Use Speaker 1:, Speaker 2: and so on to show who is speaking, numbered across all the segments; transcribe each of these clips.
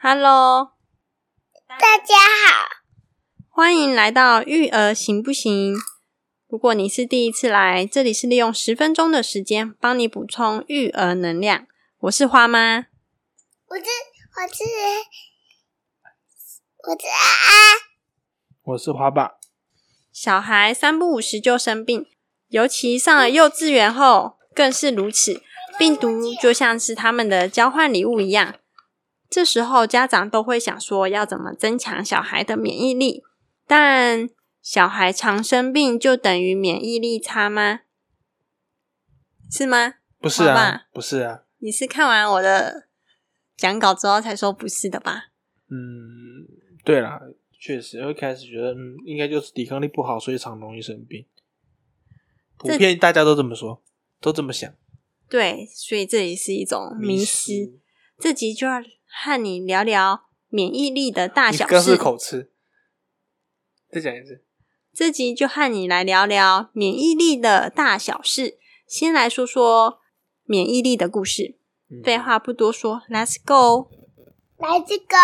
Speaker 1: Hello，
Speaker 2: 大家好，
Speaker 1: 欢迎来到育儿行不行？如果你是第一次来，这里是利用十分钟的时间帮你补充育儿能量。我是花妈，
Speaker 2: 我是我是我是啊
Speaker 3: 我是花爸，
Speaker 1: 小孩三不五时就生病，尤其上了幼稚园后更是如此。病毒就像是他们的交换礼物一样，这时候家长都会想说要怎么增强小孩的免疫力，但小孩常生病就等于免疫力差吗？是吗？
Speaker 3: 不是
Speaker 1: 花爸
Speaker 3: 啊，不是啊，
Speaker 1: 你是看完我的讲稿之后才说不是的吧？
Speaker 3: 嗯，对啦，确实，我一开始觉得，嗯，应该就是抵抗力不好，所以常容易生病。普
Speaker 1: 这
Speaker 3: 遍大家都这么说，都这么想，
Speaker 1: 对，所以这也是一种迷失。
Speaker 3: 失。
Speaker 1: 这集就要和你聊聊免疫力的大
Speaker 3: 你
Speaker 1: 小
Speaker 3: 刚
Speaker 1: 事
Speaker 3: 是。口吃，再讲一次。
Speaker 1: 这集就和你来聊聊免疫力的大小事。先来说说免疫力的故事，
Speaker 3: 嗯
Speaker 1: 废话不多说，Let's go。
Speaker 2: 来自狗，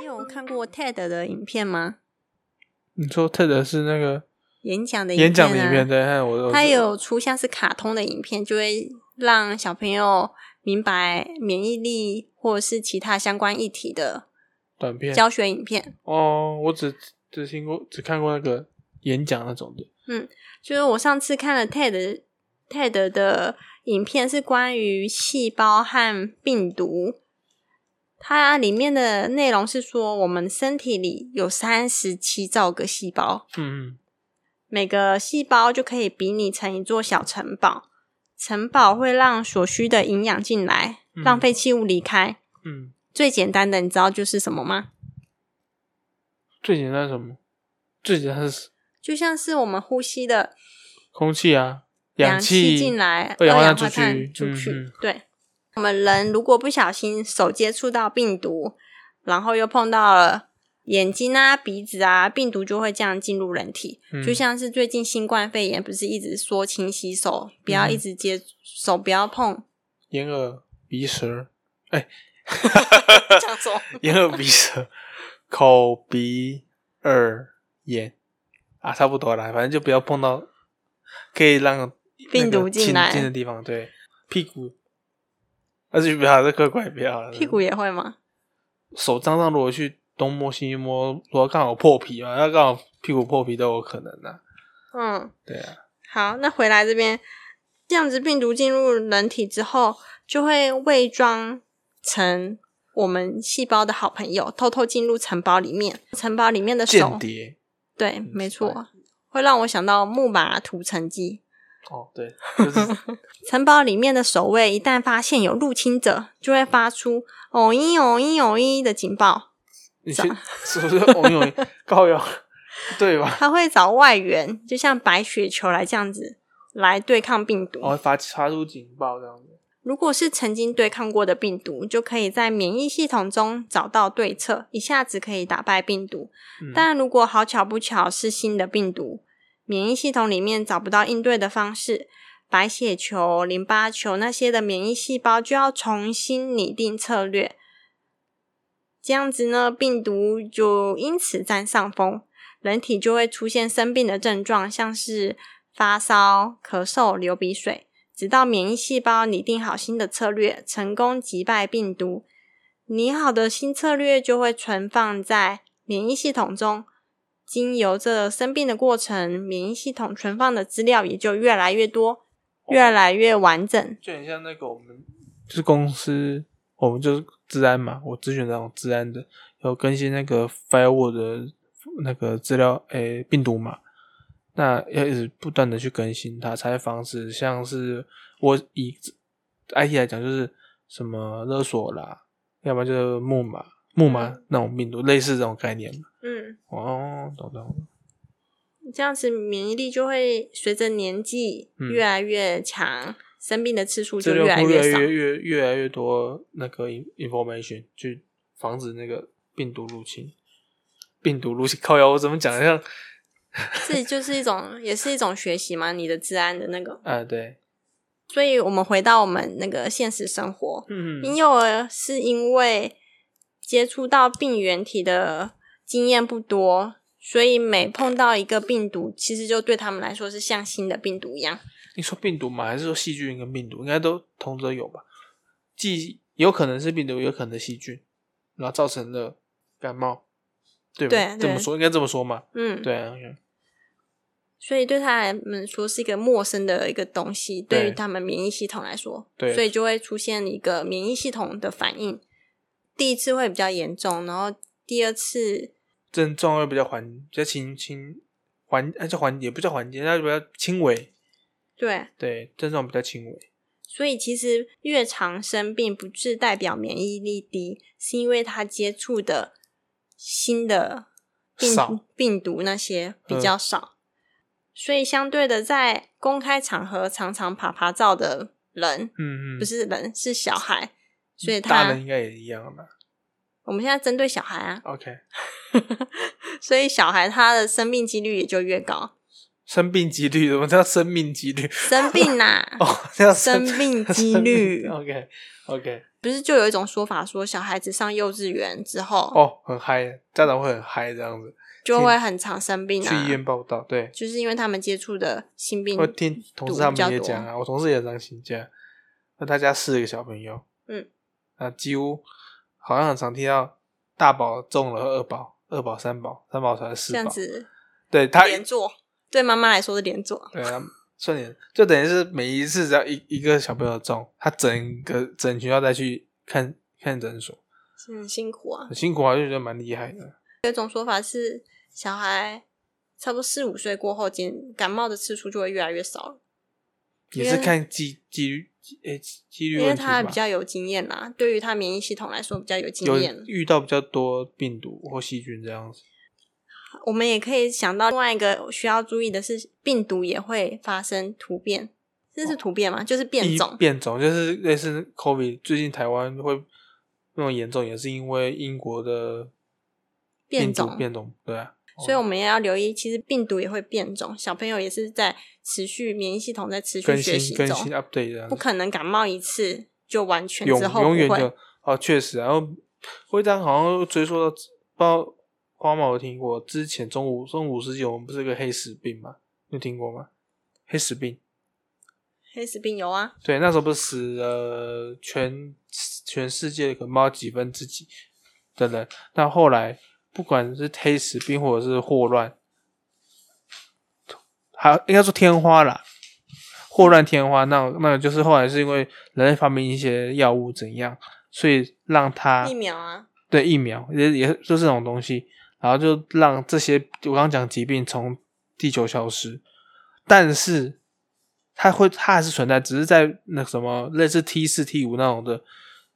Speaker 1: 你有看过 TED 的影片吗？
Speaker 3: 你说特的是那个
Speaker 1: 演讲的
Speaker 3: 演讲的
Speaker 1: 啊
Speaker 3: 影片，对，看我我
Speaker 1: 它有出像是卡通的影片，就会让小朋友明白免疫力或者是其他相关议题的
Speaker 3: 短片
Speaker 1: 教学影片。
Speaker 3: 哦，我只只听过，只看过那个演讲那种的，
Speaker 1: 就是我上次看了 TED TED 的影片，是关于细胞和病毒。它里面的内容是说，我们身体里有三十七兆个细胞，
Speaker 3: 嗯
Speaker 1: 每个细胞就可以比拟成一座小城堡。城堡会让所需的营养进来，
Speaker 3: 嗯
Speaker 1: 让废弃物离开。
Speaker 3: 嗯嗯，
Speaker 1: 最简单的，你知道就是什么吗？
Speaker 3: 最简单是什么？最简单是
Speaker 1: 就像是我们呼吸的
Speaker 3: 空气啊，
Speaker 1: 氧
Speaker 3: 气
Speaker 1: 进来，
Speaker 3: 二氧
Speaker 1: 化
Speaker 3: 化
Speaker 1: 碳
Speaker 3: 碳出去
Speaker 1: 出去。
Speaker 3: 嗯嗯
Speaker 1: 对，我们人如果不小心手接触到病毒，然后又碰到了眼睛啊、鼻子啊，病毒就会这样进入人体。
Speaker 3: 嗯
Speaker 1: 就像是最近新冠肺炎不是一直说勤洗手，不
Speaker 3: 嗯
Speaker 1: 要一直接、手，不要 碰。
Speaker 3: 眼耳鼻舌， 哎，
Speaker 1: 讲什么？
Speaker 3: 眼耳鼻舌， 口鼻耳眼啊，差不多啦，反正就不要碰到可以让
Speaker 1: 病毒
Speaker 3: 那个
Speaker 1: 进来
Speaker 3: 侵进的地方，对，屁股，而且不要这个怪不要，
Speaker 1: 屁股也会吗？
Speaker 3: 手脏脏，如果去东摸西摸，如果刚好破皮嘛，那刚好屁股破皮都有可能的、啊
Speaker 1: 嗯，
Speaker 3: 对啊，
Speaker 1: 好，那回来这边，这样子病毒进入人体之后，就会伪装成我们细胞的好朋友，偷偷进入城堡里面。城堡里面的
Speaker 3: 间
Speaker 1: 手，
Speaker 3: 谍嗯
Speaker 1: 对，没错，会让我想到木马屠城记。
Speaker 3: 哦，对， 就是
Speaker 1: 城堡里面的守卫一旦发现有入侵者，就会发出“哦一哦一哦一”的警报，
Speaker 3: 你去是不是哦网友 高友对吧？
Speaker 1: 他会找外援，就像白雪球来这样子来对抗病毒。
Speaker 3: 哦，发发出警报这样子。
Speaker 1: 如果是曾经对抗过的病毒，就可以在免疫系统中找到对策，一下子可以打败病毒。
Speaker 3: 嗯
Speaker 1: 但如果好巧不巧是新的病毒，免疫系统里面找不到应对的方式，白血球、淋巴球那些的免疫细胞就要重新拟定策略。这样子呢，病毒就因此占上风，人体就会出现生病的症状，像是发烧、咳嗽、流鼻水，直到免疫细胞拟定好新的策略，成功击败病毒。拟好的新策略就会存放在免疫系统中，经由这生病的过程，免疫系统存放的资料也就越来越多，越来越完整。
Speaker 3: 就很像那个我们就是公司，我们就是治安嘛，我咨询那种治安的，有更新那个 firewall 的那个资料，诶、病毒嘛，那要一直不断的去更新它，才防止像是我以 IT 来讲，就是什么勒索啦，要不然就是木马木马那种病毒，类似这种概念嘛。
Speaker 1: 嗯，
Speaker 3: 哦，懂懂。懂
Speaker 1: 这样子免疫力就会随着年纪
Speaker 3: 嗯
Speaker 1: 越来越强，生病的次数
Speaker 3: 资
Speaker 1: 就
Speaker 3: 料
Speaker 1: 越来
Speaker 3: 库越来
Speaker 1: 少。
Speaker 3: 越越越来越多那个 in- information 去防止那个病毒入侵。病毒入侵，靠呀！我怎么讲得像？
Speaker 1: 这就是一种，也是一种学习嘛。你的治安的那个，
Speaker 3: 啊，对，
Speaker 1: 所以我们回到我们那个现实生活，
Speaker 3: 嗯
Speaker 1: 婴幼儿是因为接触到病原体的经验不多，所以每碰到一个病毒，其实就对他们来说是像新的病毒一样。
Speaker 3: 你说病毒吗？还是说细菌跟病毒应该都同着有吧？既有可能是病毒，也有可能是细菌，然后造成了感冒，对吧？
Speaker 1: 对
Speaker 3: 这么
Speaker 1: 对
Speaker 3: 说应该这么说嘛？
Speaker 1: 嗯，
Speaker 3: 对啊，嗯
Speaker 1: 所以对他们说是一个陌生的一个东西，
Speaker 3: 对
Speaker 1: 对于他们免疫系统来说，
Speaker 3: 对
Speaker 1: 所以就会出现一个免疫系统的反应。第一次会比较严重，然后第二次
Speaker 3: 症状会比较缓，比较轻轻缓，哎，叫缓也不叫缓解，那就比较轻微。
Speaker 1: 对，
Speaker 3: 对，症状比较轻微。
Speaker 1: 所以其实越常生病不是代表免疫力低，是因为他接触的新的病
Speaker 3: 少嗯
Speaker 1: 病毒那些比较少，所以相对的，在公开场合常常爬爬照的人，
Speaker 3: 嗯嗯，
Speaker 1: 不是人是小孩，所以
Speaker 3: 大
Speaker 1: 他
Speaker 3: 人应该也一样吧
Speaker 1: 我们现在针对小孩啊，
Speaker 3: ？OK，
Speaker 1: 所以小孩他的生病几率也就越高，
Speaker 3: 生病几率怎么叫生命几率？
Speaker 1: 生病啦、
Speaker 3: 哦，叫
Speaker 1: 生病几率
Speaker 3: OK OK，
Speaker 1: 不是就有一种说法说，小孩子上幼稚园之后，
Speaker 3: 哦，很嗨，家长会很嗨这样子，
Speaker 1: 就会很常生病啊，
Speaker 3: 去医院报道。对，
Speaker 1: 就是因为他们接触的新病
Speaker 3: 我，听同事他们也讲啊，我同事也常请假，那他家四个小朋友，
Speaker 1: 嗯，
Speaker 3: 啊，几乎好像很常听到大宝中了二宝，二宝三宝，三宝传四
Speaker 1: 这样
Speaker 3: 宝，
Speaker 1: 子
Speaker 3: 对他
Speaker 1: 连坐，对妈妈来说是连坐，
Speaker 3: 对啊，顺眼，就等于是每一次只要一一个小朋友中，他整个整学校再去看看诊所，
Speaker 1: 是很辛苦啊
Speaker 3: 很。辛苦啊，就觉得蛮厉害的。
Speaker 1: 有一种说法是，小孩差不多四五岁过后，感感冒的次数就会越来越少了，
Speaker 3: 也
Speaker 1: 因
Speaker 3: 是
Speaker 1: 为
Speaker 3: 看几几率，诶、几率
Speaker 1: 因为
Speaker 3: 问题
Speaker 1: 他
Speaker 3: 吧。
Speaker 1: 比较有经验啦，对于他免疫系统来说比较有经
Speaker 3: 有
Speaker 1: 验。
Speaker 3: 遇到比较多病毒或细菌这样子。
Speaker 1: 我们也可以想到另外一个需要注意的是，病毒也会发生突变，这是突变吗？就是变
Speaker 3: 哦一
Speaker 1: 种。
Speaker 3: 变种就是类似 COVID，最近台湾会那么严重，也是因为英国的
Speaker 1: 变
Speaker 3: 病毒
Speaker 1: 种
Speaker 3: 变种，对啊。
Speaker 1: 所以我们也要留意，其实病毒也会变种，小朋友也是在持续免疫系统在持续
Speaker 3: 更
Speaker 1: 学习
Speaker 3: 新
Speaker 1: 中
Speaker 3: 更，新 update 这样
Speaker 1: 不
Speaker 3: 子，
Speaker 1: 可能感冒一次就完全
Speaker 3: 永
Speaker 1: 之后
Speaker 3: 永远
Speaker 1: 不会。
Speaker 3: 就哦，确实啊，然后会这样好像又追溯到不知道花猫有听过，之前中午中午十九我们不是有个黑死病吗？你有听过吗？黑死病。
Speaker 1: 黑死病有啊，
Speaker 3: 对，那时候不是死了全全世界可能不知道几分之几的人，但后来不管是黑死病或者是霍乱，还有应该说天花啦，霍乱天花，那那个就是后来是因为人类发明一些药物怎样，所以让它
Speaker 1: 疫苗啊，
Speaker 3: 对疫苗也也就这种东西，然后就让这些我刚刚讲疾病从地球消失，但是它会它还是存在，只是在那什么类似 T 四 T 五那种的，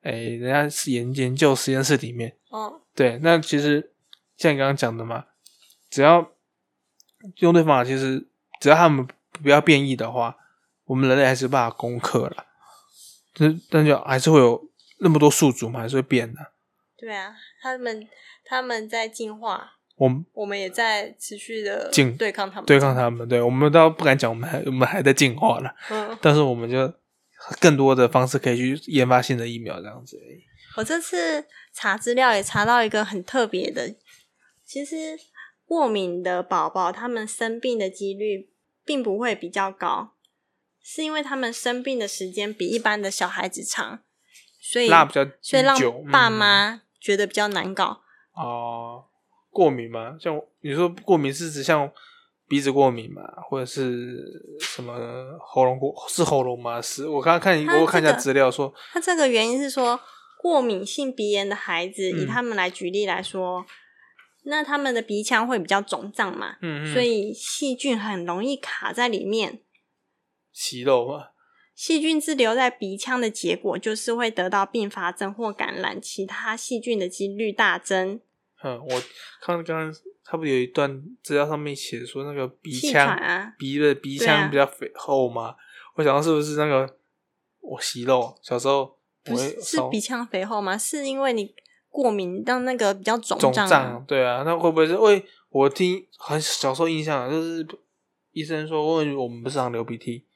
Speaker 3: 哎，人家是研研究实验室里面，
Speaker 1: 哦，
Speaker 3: 对，那其实像你刚刚讲的嘛，只要用对方法，其实只要他们不要变异的话，我们人类还是把它攻克了，就是但就还是会有那么多宿主嘛，还是会变的、
Speaker 1: 对啊，他们他们在进化，
Speaker 3: 我们
Speaker 1: 我们也在持续的
Speaker 3: 进
Speaker 1: 对抗他们，
Speaker 3: 对抗，他们，对我们倒不敢讲，我们还我们还在进化了，
Speaker 1: 嗯，
Speaker 3: 但是我们就更多的方式可以去研发新的疫苗，这样子而已。
Speaker 1: 我这次查资料也查到一个很特别的，其实过敏的宝宝他们生病的几率并不会比较高，是因为他们生病的时间比一般的小孩子长，所以
Speaker 3: 辣比较
Speaker 1: 所以让
Speaker 3: 久，
Speaker 1: 爸
Speaker 3: 嗯
Speaker 1: 妈觉得比较难搞。
Speaker 3: 哦、过敏吗？像我你说过敏是指像鼻子过敏嘛，或者是什么喉咙过是喉咙吗？是我刚刚看
Speaker 1: 啊
Speaker 3: 你，
Speaker 1: 它这个
Speaker 3: 我看一下资料说，
Speaker 1: 那这个原因是说，过敏性鼻炎的孩子，
Speaker 3: 嗯
Speaker 1: 以他们来举例来说，那他们的鼻腔会比较肿胀嘛，
Speaker 3: 嗯，嗯
Speaker 1: 所以细菌很容易卡在里面。
Speaker 3: 息肉嘛，
Speaker 1: 细菌滞留在鼻腔的结果，就是会得到并发症或感染其他细菌的几率大增。
Speaker 3: 嗯，我看刚刚他不有一段资料上面写说那个鼻
Speaker 1: 气
Speaker 3: 腔
Speaker 1: 喘啊
Speaker 3: 鼻的鼻
Speaker 1: 对
Speaker 3: 腔
Speaker 1: 啊
Speaker 3: 比较肥厚嘛，我想到是不是那个我息肉，小时候我
Speaker 1: 不
Speaker 3: 会
Speaker 1: 是是
Speaker 3: 烧
Speaker 1: 鼻腔肥厚吗？是因为你过敏让那个比较肿
Speaker 3: 肿
Speaker 1: 胀
Speaker 3: 胀
Speaker 1: 啊，，
Speaker 3: 对啊，那会不会是？喂，我听很小时候印象啊就是医生说，问我们不是常流鼻涕，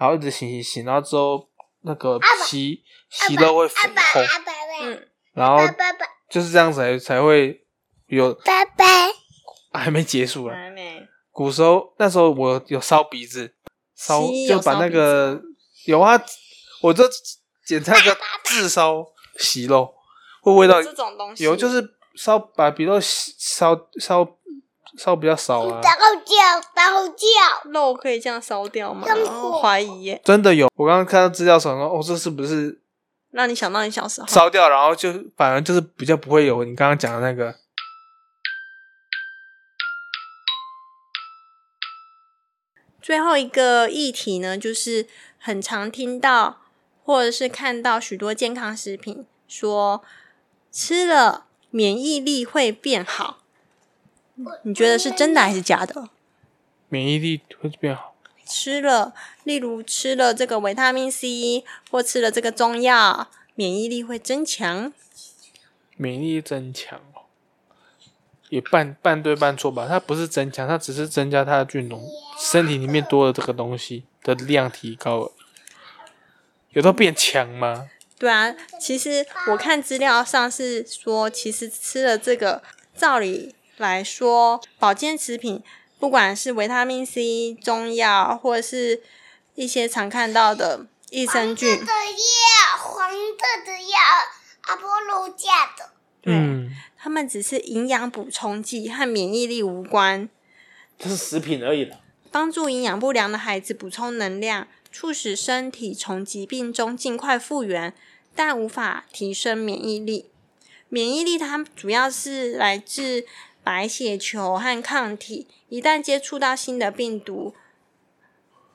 Speaker 3: 然后一直洗洗洗，然后之后那个
Speaker 2: 爸
Speaker 3: 皮皮肉会
Speaker 2: 阿
Speaker 3: 粉
Speaker 2: 爸
Speaker 3: 红，
Speaker 2: 阿爸喂，
Speaker 1: 嗯，
Speaker 3: 然后
Speaker 2: 爸爸爸
Speaker 3: 就是这样子才才会有
Speaker 2: 爸爸，
Speaker 3: 还没结束啊了。
Speaker 1: 还没
Speaker 3: 古时候那时候我有烧鼻子，烧
Speaker 1: 西有
Speaker 3: 就把
Speaker 1: 烧
Speaker 3: 那
Speaker 1: 鼻子
Speaker 3: 个
Speaker 1: 吗
Speaker 3: 有啊，我这简称叫炙烧息肉，会味道
Speaker 1: 有这种东西
Speaker 3: 有就是烧把鼻肉洗烧烧烧比较少啊，
Speaker 2: 打后叫打后叫，
Speaker 1: 肉可以这样烧掉吗？
Speaker 2: 跟
Speaker 1: 我
Speaker 2: 火
Speaker 1: 怀疑耶，
Speaker 3: 真的有。我刚刚看到资料说，哦，这是不是
Speaker 1: 让你想到你小时候。
Speaker 3: 烧掉，然后就反而就是比较不会有你刚刚讲的那个。
Speaker 1: 最后一个议题呢，就是很常听到或者是看到许多健康食品说吃了免疫力会变好，你觉得是真的还是假的？
Speaker 3: 免疫力会变好。
Speaker 1: 吃了，例如吃了这个维他命 C 或吃了这个中药，免疫力会增强。
Speaker 3: 免疫力增强哦，也半半对半错吧。它不是增强，它只是增加它的菌种，身体里面多了这个东西的量提高了。有到变强吗？
Speaker 1: 对啊，其实我看资料上是说，其实吃了这个，照理来说，保健食品不管是维他命 C、中药，或者是一些常看到的益生菌
Speaker 2: 这，的药黄色的药，阿波罗架的，
Speaker 1: 对
Speaker 3: 嗯，
Speaker 1: 它们只是营养补充剂，和免疫力无关，
Speaker 4: 这是食品而已啦。
Speaker 1: 帮助营养不良的孩子补充能量，促使身体从疾病中尽快复原，但无法提升免疫力。免疫力它主要是来自白血球和抗体，一旦接触到新的病毒，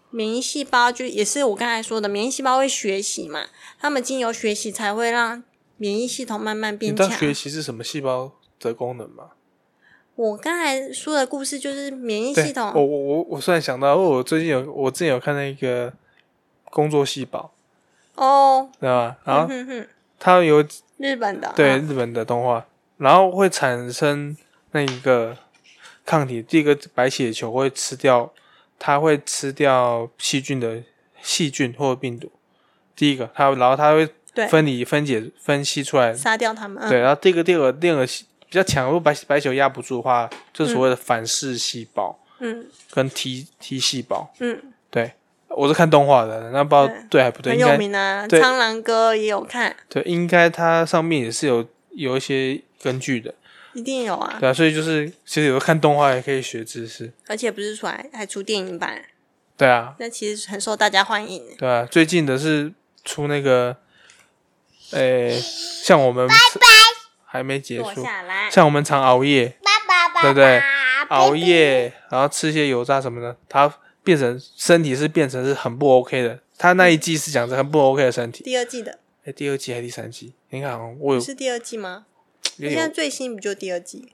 Speaker 1: 免疫细胞就也是我刚才说的，免疫细胞会学习嘛，它们经由学习才会让免疫系统慢慢
Speaker 3: 你
Speaker 1: 变
Speaker 3: 知道
Speaker 1: 强。
Speaker 3: 学习是什么细胞的功能吗？
Speaker 1: 我刚才说的故事就是免疫
Speaker 3: 对哦
Speaker 1: 系统，
Speaker 3: 我我我我突然想到，哦，我最近有我之前有看那个工作细胞，
Speaker 1: 哦，
Speaker 3: 知道吧？然
Speaker 1: 嗯
Speaker 3: 后
Speaker 1: 哼哼，
Speaker 3: 它有
Speaker 1: 日本的
Speaker 3: 啊对
Speaker 1: 啊
Speaker 3: 日本的动画，然后会产生那个抗体。第一个白血球会吃掉，它会吃掉细菌的细菌或病毒。第一个，它然后它会
Speaker 1: 对
Speaker 3: 分离、分解、分析出来。
Speaker 1: 杀掉他们，嗯
Speaker 3: 对，然后第二个、第二个、第二个细比较强，如果白白血球压不住的话，就是所谓的反噬细胞
Speaker 1: 嗯
Speaker 3: 跟 T T 细胞。
Speaker 1: 嗯，
Speaker 3: 对，我是看动画的，那不知道
Speaker 1: 对
Speaker 3: 对还不对，
Speaker 1: 很
Speaker 3: 应
Speaker 1: 有
Speaker 3: 该
Speaker 1: 名啊，
Speaker 3: 对
Speaker 1: 苍狼哥也有看，
Speaker 3: 对，应该它上面也是有有一些根据的。
Speaker 1: 一定有啊，
Speaker 3: 对啊，所以就是其实有时候看动画也可以学知识。
Speaker 1: 而且不是出来还出电影版，
Speaker 3: 对啊，
Speaker 1: 那其实很受大家欢迎。
Speaker 3: 对啊，最近的是出那个，诶、像我们还没结
Speaker 1: 坐
Speaker 3: 束，
Speaker 1: 下来，
Speaker 3: 像我们常熬夜，
Speaker 2: 爸爸爸爸，
Speaker 3: 对不对
Speaker 2: baby
Speaker 3: 熬夜然后吃一些油炸什么的，它变成身体是变成是很不 OK 的。它那一季是讲着很不 OK 的身体。
Speaker 1: 第二季的
Speaker 3: 诶、第二季还是第三季？你看，好像我有
Speaker 1: 不嗯是第二季吗？
Speaker 3: 有
Speaker 1: 现在
Speaker 3: 点，
Speaker 1: 最新不就第二季？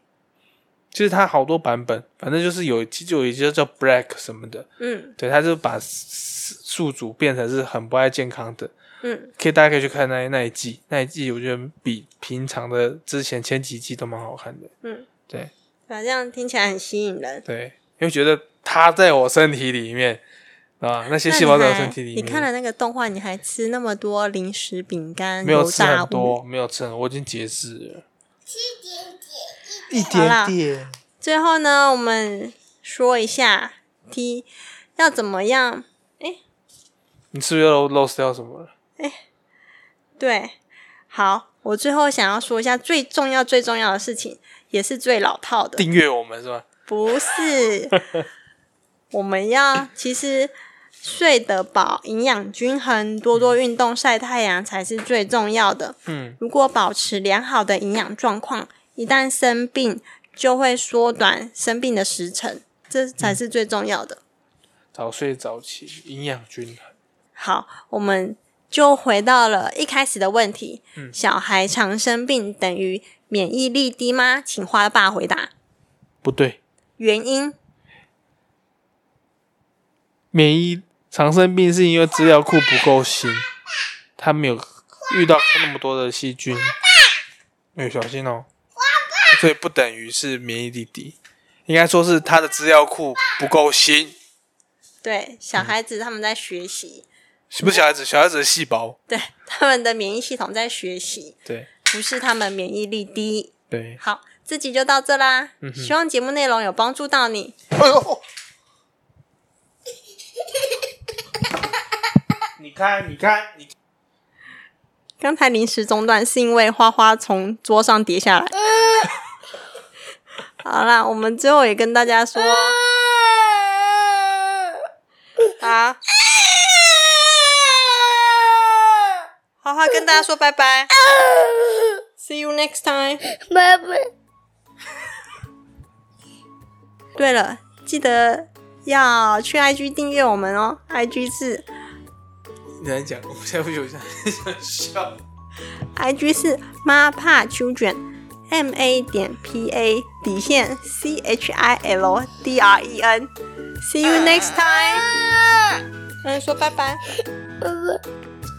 Speaker 3: 其实它好多版本，反正就是有其实有一些叫 Black 什么的，
Speaker 1: 嗯
Speaker 3: 对，它就把宿主变成是很不爱健康的。
Speaker 1: 嗯，
Speaker 3: 可以大家可以去看那那一季，那一季我觉得比平常的之前前几季都蛮好看的。
Speaker 1: 嗯，
Speaker 3: 对
Speaker 1: 反正听起来很吸引人。
Speaker 3: 对，因为觉得它在我身体里面啊，那些
Speaker 1: 那你
Speaker 3: 细胞在我
Speaker 1: 还
Speaker 3: 身体里
Speaker 1: 你
Speaker 3: 面，
Speaker 1: 看了那个动画，你还吃那么多零食、饼干、
Speaker 3: 没有
Speaker 1: 油
Speaker 3: 吃
Speaker 1: 炸
Speaker 3: 很
Speaker 1: 物。
Speaker 3: 多，没有吃很多，我已经节制了
Speaker 2: 一点点
Speaker 3: 一
Speaker 1: 好啦
Speaker 3: 点点。
Speaker 1: 最后呢，我们说一下 T 要怎么样？
Speaker 3: 你是不是又 lost 掉什么了？
Speaker 1: 对，好，我最后想要说一下最重要、最重要的事情，也是最老套的，
Speaker 3: 订阅我们是吧？
Speaker 1: 不是我们要其实睡得饱、营养均衡、多多运动、晒太阳才是最重要的。
Speaker 3: 嗯，
Speaker 1: 如果保持良好的营养状况，一旦生病就会缩短生病的时辰，这才是最重要的。
Speaker 3: 早睡早起，营养均衡。
Speaker 1: 好，我们就回到了一开始的问题：
Speaker 3: 嗯
Speaker 1: 小孩常生病等于免疫力低吗？请花爸回答。
Speaker 3: 不对，
Speaker 1: 原因
Speaker 3: 免疫常生病是因为资料库不够新，他没有遇到那么多的细菌。哎、小心哦、所以不等于是免疫力低，应该说是他的资料库不够新。
Speaker 1: 对，
Speaker 3: 嗯
Speaker 1: 小孩子他们在学习，
Speaker 3: 不是小孩子，小孩子的细胞，
Speaker 1: 对他们的免疫系统在学习，
Speaker 3: 对
Speaker 1: 不是他们免疫力低。
Speaker 3: 对。
Speaker 1: 好，这集就到这啦，
Speaker 3: 嗯哼
Speaker 1: 希望节目内容有帮助到你。
Speaker 3: 哎呦，
Speaker 4: 你看，你看，你
Speaker 1: 刚才临时中断是因为花花从桌上跌下来。 好啦，我们最后也跟大家说
Speaker 2: 嗯
Speaker 1: 啊，花花跟大家说拜拜，See you next time。
Speaker 2: 拜拜。
Speaker 1: 对了，记得要去 IG 订阅我们哦，IG 是
Speaker 3: 你来讲，我现在不想想笑。
Speaker 1: IG 是 Mapa Children，M A 点 P A 底线 C H I L D R E N。See you next time。嗯，说拜拜。
Speaker 2: 拜拜。